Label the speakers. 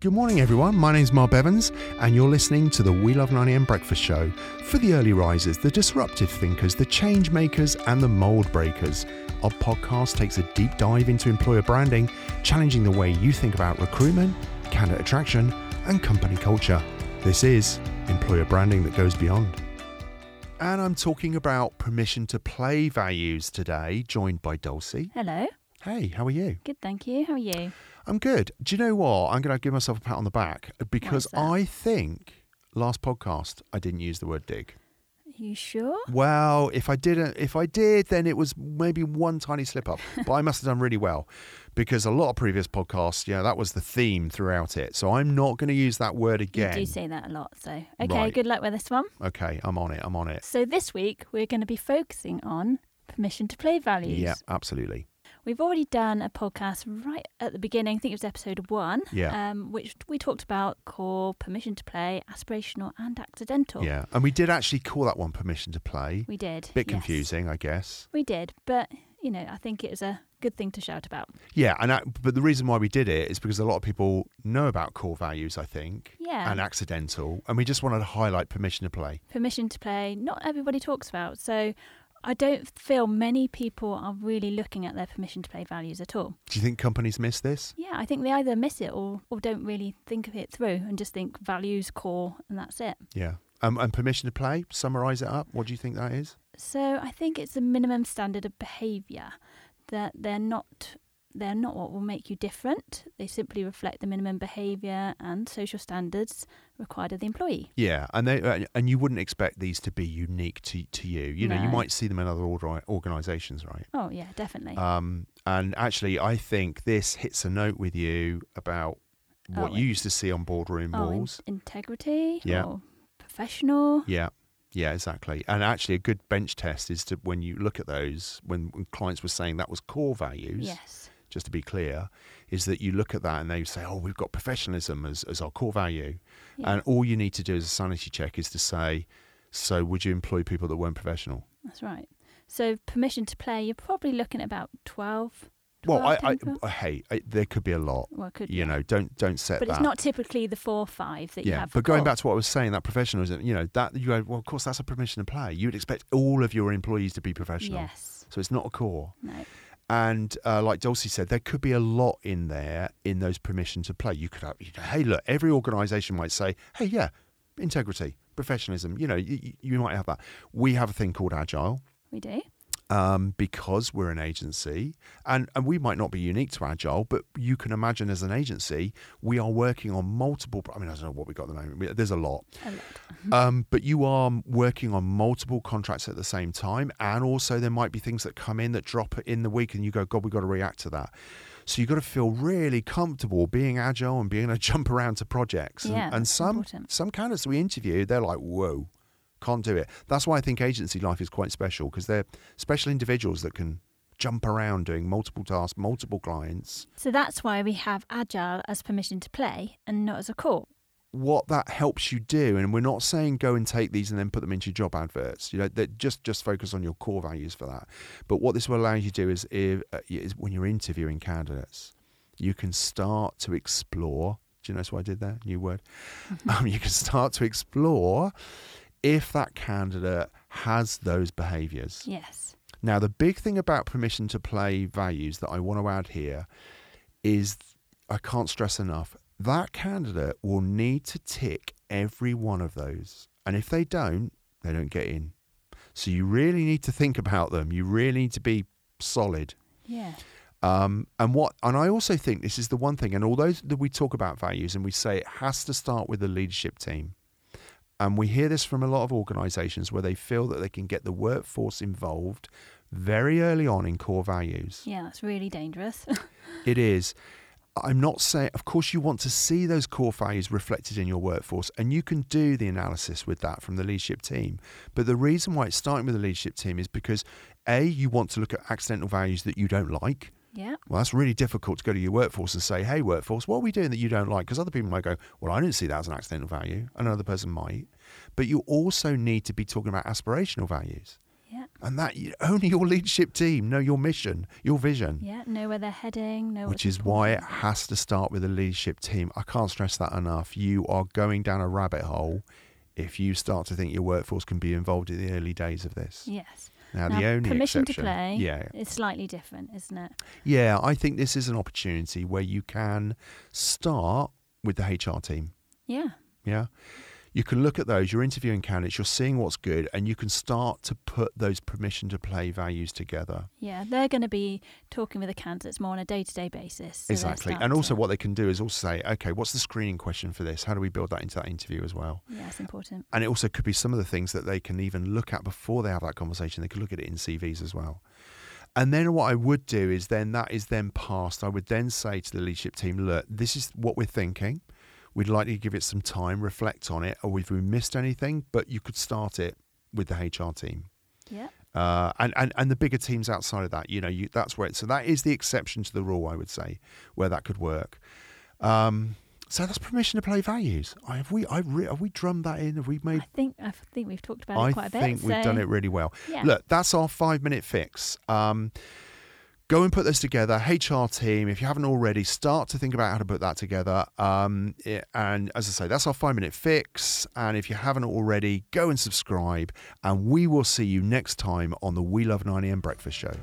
Speaker 1: Good morning, everyone. My name's Mark Evans, and you're listening to the We Love 9am Breakfast Show for the early risers, the disruptive thinkers, the change makers, and the mold breakers. Our podcast takes a deep dive into employer branding, challenging the way you think about recruitment, candidate attraction, and company culture. This is employer branding that goes beyond. And I'm talking about permission to play values today, joined by Dulcie.
Speaker 2: Hello.
Speaker 1: Hey, how are you?
Speaker 2: Good, thank you. How are you?
Speaker 1: I'm good. Do you know what? I'm going to give myself a pat on the back because
Speaker 2: that?
Speaker 1: I think last podcast I didn't use the word dig.
Speaker 2: You sure?
Speaker 1: Well, if I didn't, if I did, then it was maybe one tiny slip up, but I must have done really well because a lot of previous podcasts, yeah, that was the theme throughout it. So I'm not going to use that word again.
Speaker 2: You do say that a lot. So, okay,
Speaker 1: Right.
Speaker 2: good luck with this one.
Speaker 1: okay, I'm on it. I'm on it.
Speaker 2: So, this week we're going to be focusing on permission to play values.
Speaker 1: Yeah, absolutely.
Speaker 2: We've already done a podcast right at the beginning, I think it was episode one,
Speaker 1: Yeah.
Speaker 2: um, which we talked about core, permission to play, aspirational, and accidental.
Speaker 1: Yeah, and we did actually call that one permission to play.
Speaker 2: We did.
Speaker 1: Bit
Speaker 2: yes.
Speaker 1: confusing, I guess.
Speaker 2: We did, but, you know, I think it was a good thing to shout about.
Speaker 1: Yeah, and I, but the reason why we did it is because a lot of people know about core values, I think,
Speaker 2: Yeah.
Speaker 1: and accidental, and we just wanted to highlight permission to play.
Speaker 2: permission to play not everybody talks about so i don't feel many people are really looking at their permission to play values at all
Speaker 1: Do you think companies miss this?
Speaker 2: yeah i think they either miss it or, or don't really think of it through and just think values core and that's it
Speaker 1: Yeah. Um, and permission to play, summarize it up. What do you think that is?
Speaker 2: so i think it's a minimum standard of behavior that they're not they're not what will make you different they simply reflect the minimum behavior and social standards required of the employee
Speaker 1: Yeah, and they uh, and you wouldn't expect these to be unique to, to you. You know, you
Speaker 2: No.
Speaker 1: might see them in other order, organizations, right?
Speaker 2: oh yeah definitely
Speaker 1: Um, and actually, I think this hits a note with you about what
Speaker 2: Oh,
Speaker 1: you used to see on boardroom
Speaker 2: oh, in-
Speaker 1: walls.
Speaker 2: integrity
Speaker 1: Yeah.
Speaker 2: or professional
Speaker 1: Yeah. Yeah, exactly. And actually, a good bench test is to when you look at those, when, when clients were saying that was core values,
Speaker 2: yes
Speaker 1: just to be clear, is that you look at that and they say, oh, we've got professionalism as, as our core value.
Speaker 2: Yeah.
Speaker 1: And all you need to do as a sanity check is to say, so would you employ people that weren't professional?
Speaker 2: That's right. So permission to play, you're probably looking at about 12.
Speaker 1: Well, I,
Speaker 2: 12,
Speaker 1: I,
Speaker 2: 10, 12?
Speaker 1: I- hey, I, there could be a lot.
Speaker 2: well, it could
Speaker 1: You
Speaker 2: be.
Speaker 1: know, don't don't set
Speaker 2: But
Speaker 1: that.
Speaker 2: it's not typically the four or five that you
Speaker 1: yeah,
Speaker 2: have.
Speaker 1: but going back to what I was saying, that professionalism, you know, that you go, well, of course, that's a permission to play. You'd expect all of your employees to be professional.
Speaker 2: Yes.
Speaker 1: So it's not a core.
Speaker 2: No.
Speaker 1: And uh, like Dulcie said, there could be a lot in there in those permission to play. You could have, you know, hey, look, every organisation might say, hey, yeah, integrity, professionalism. You know, you, you might have that. We have a thing called agile
Speaker 2: We do.
Speaker 1: um, because we're an agency, and and we might not be unique to agile, but you can imagine as an agency, we are working on multiple. I mean, I don't know what we got at the moment. We- There's a lot,
Speaker 2: A lot.
Speaker 1: um, but you are working on multiple contracts at the same time, and also there might be things that come in that drop in the week, and you go, God, we've got to react to that. So you've got to feel really comfortable being agile and being able to jump around to projects. And,
Speaker 2: Yeah,
Speaker 1: and
Speaker 2: that's
Speaker 1: some
Speaker 2: important.
Speaker 1: some candidates we interview, they're like, whoa, can't do it. That's why I think agency life is quite special because they're special individuals that can jump around doing multiple tasks, multiple clients.
Speaker 2: So that's why we have agile as permission to play and not as a core.
Speaker 1: what that helps you do and we're not saying go and take these and then put them into your job adverts you know that just just focus on your core values for that but what this will allow you to do is if, uh, is when you're interviewing candidates you can start to explore do you notice what i did there new word um, you can start to explore if that candidate has those behaviors
Speaker 2: Yes.
Speaker 1: now, the big thing about permission to play values that I want to add here is I can't stress enough that candidate will need to tick every one of those. And if they don't, they don't get in. So you really need to think about them. You really need to be solid.
Speaker 2: Yeah.
Speaker 1: Um, and what, and I also think this is the one thing. And although that we talk about values and we say it has to start with the leadership team, and we hear this from a lot of organisations where they feel that they can get the workforce involved very early on in core values.
Speaker 2: Yeah, that's really dangerous.
Speaker 1: It is. I'm not saying, of course, you want to see those core values reflected in your workforce, and you can do the analysis with that from the leadership team. But the reason why it's starting with the leadership team is because A, you want to look at accidental values that you don't like.
Speaker 2: yeah.
Speaker 1: Well, that's really difficult to go to your workforce and say, hey, workforce, what are we doing that you don't like? Because other people might go, well, I didn't see that as an accidental value. and Another person might. But you also need to be talking about aspirational values.
Speaker 2: Yeah.
Speaker 1: And that you- only your leadership team know your mission, your vision,
Speaker 2: Yeah, know where they're heading, know
Speaker 1: which
Speaker 2: what's
Speaker 1: is why it
Speaker 2: important.
Speaker 1: has to start with the leadership team. I can't stress that enough. You are going down a rabbit hole if you start to think your workforce can be involved in the early days of this.
Speaker 2: Yes.
Speaker 1: Now,
Speaker 2: Now,
Speaker 1: the only
Speaker 2: permission
Speaker 1: exception,
Speaker 2: to play
Speaker 1: yeah,
Speaker 2: is slightly different, isn't it?
Speaker 1: yeah, I think this is an opportunity where you can start with the HR team.
Speaker 2: Yeah.
Speaker 1: Yeah. You can look at those, you're interviewing candidates, you're seeing what's good, and you can start to put those permission to play values together.
Speaker 2: Yeah, they're going to be talking with the candidates more on a day-to-day basis. so they're
Speaker 1: exactly. And
Speaker 2: starting
Speaker 1: also,
Speaker 2: to-
Speaker 1: what they can do is also say, okay, what's the screening question for this? How do we build that into that interview as well?
Speaker 2: Yeah, it's important.
Speaker 1: And it also could be some of the things that they can even look at before they have that conversation. They could look at it in CVs as well. And then what I would do is then that is then passed. I would then say to the leadership team, look, this is what we're thinking. We'd like to give it some time, reflect on it, or if we missed anything, but you could start it with the HR team.
Speaker 2: Yeah.
Speaker 1: Uh, and, and and the bigger teams outside of that, you know, you, that's where. It, so that is the exception to the rule, I would say, where that could work. Um, so that's permission to play values. I, have we I re, have we drummed that in? Have we made?
Speaker 2: I think I think we've talked about
Speaker 1: I
Speaker 2: it quite a bit.
Speaker 1: think we've done
Speaker 2: so-
Speaker 1: it really well.
Speaker 2: Yeah.
Speaker 1: Look, that's our five minute fix. Um, go and put those together. HR team, if you haven't already, start to think about how to put that together. Um, i- and as I say, that's our five minute fix. And if you haven't already, go and subscribe. And we will see you next time on the We Love 9am Breakfast Show.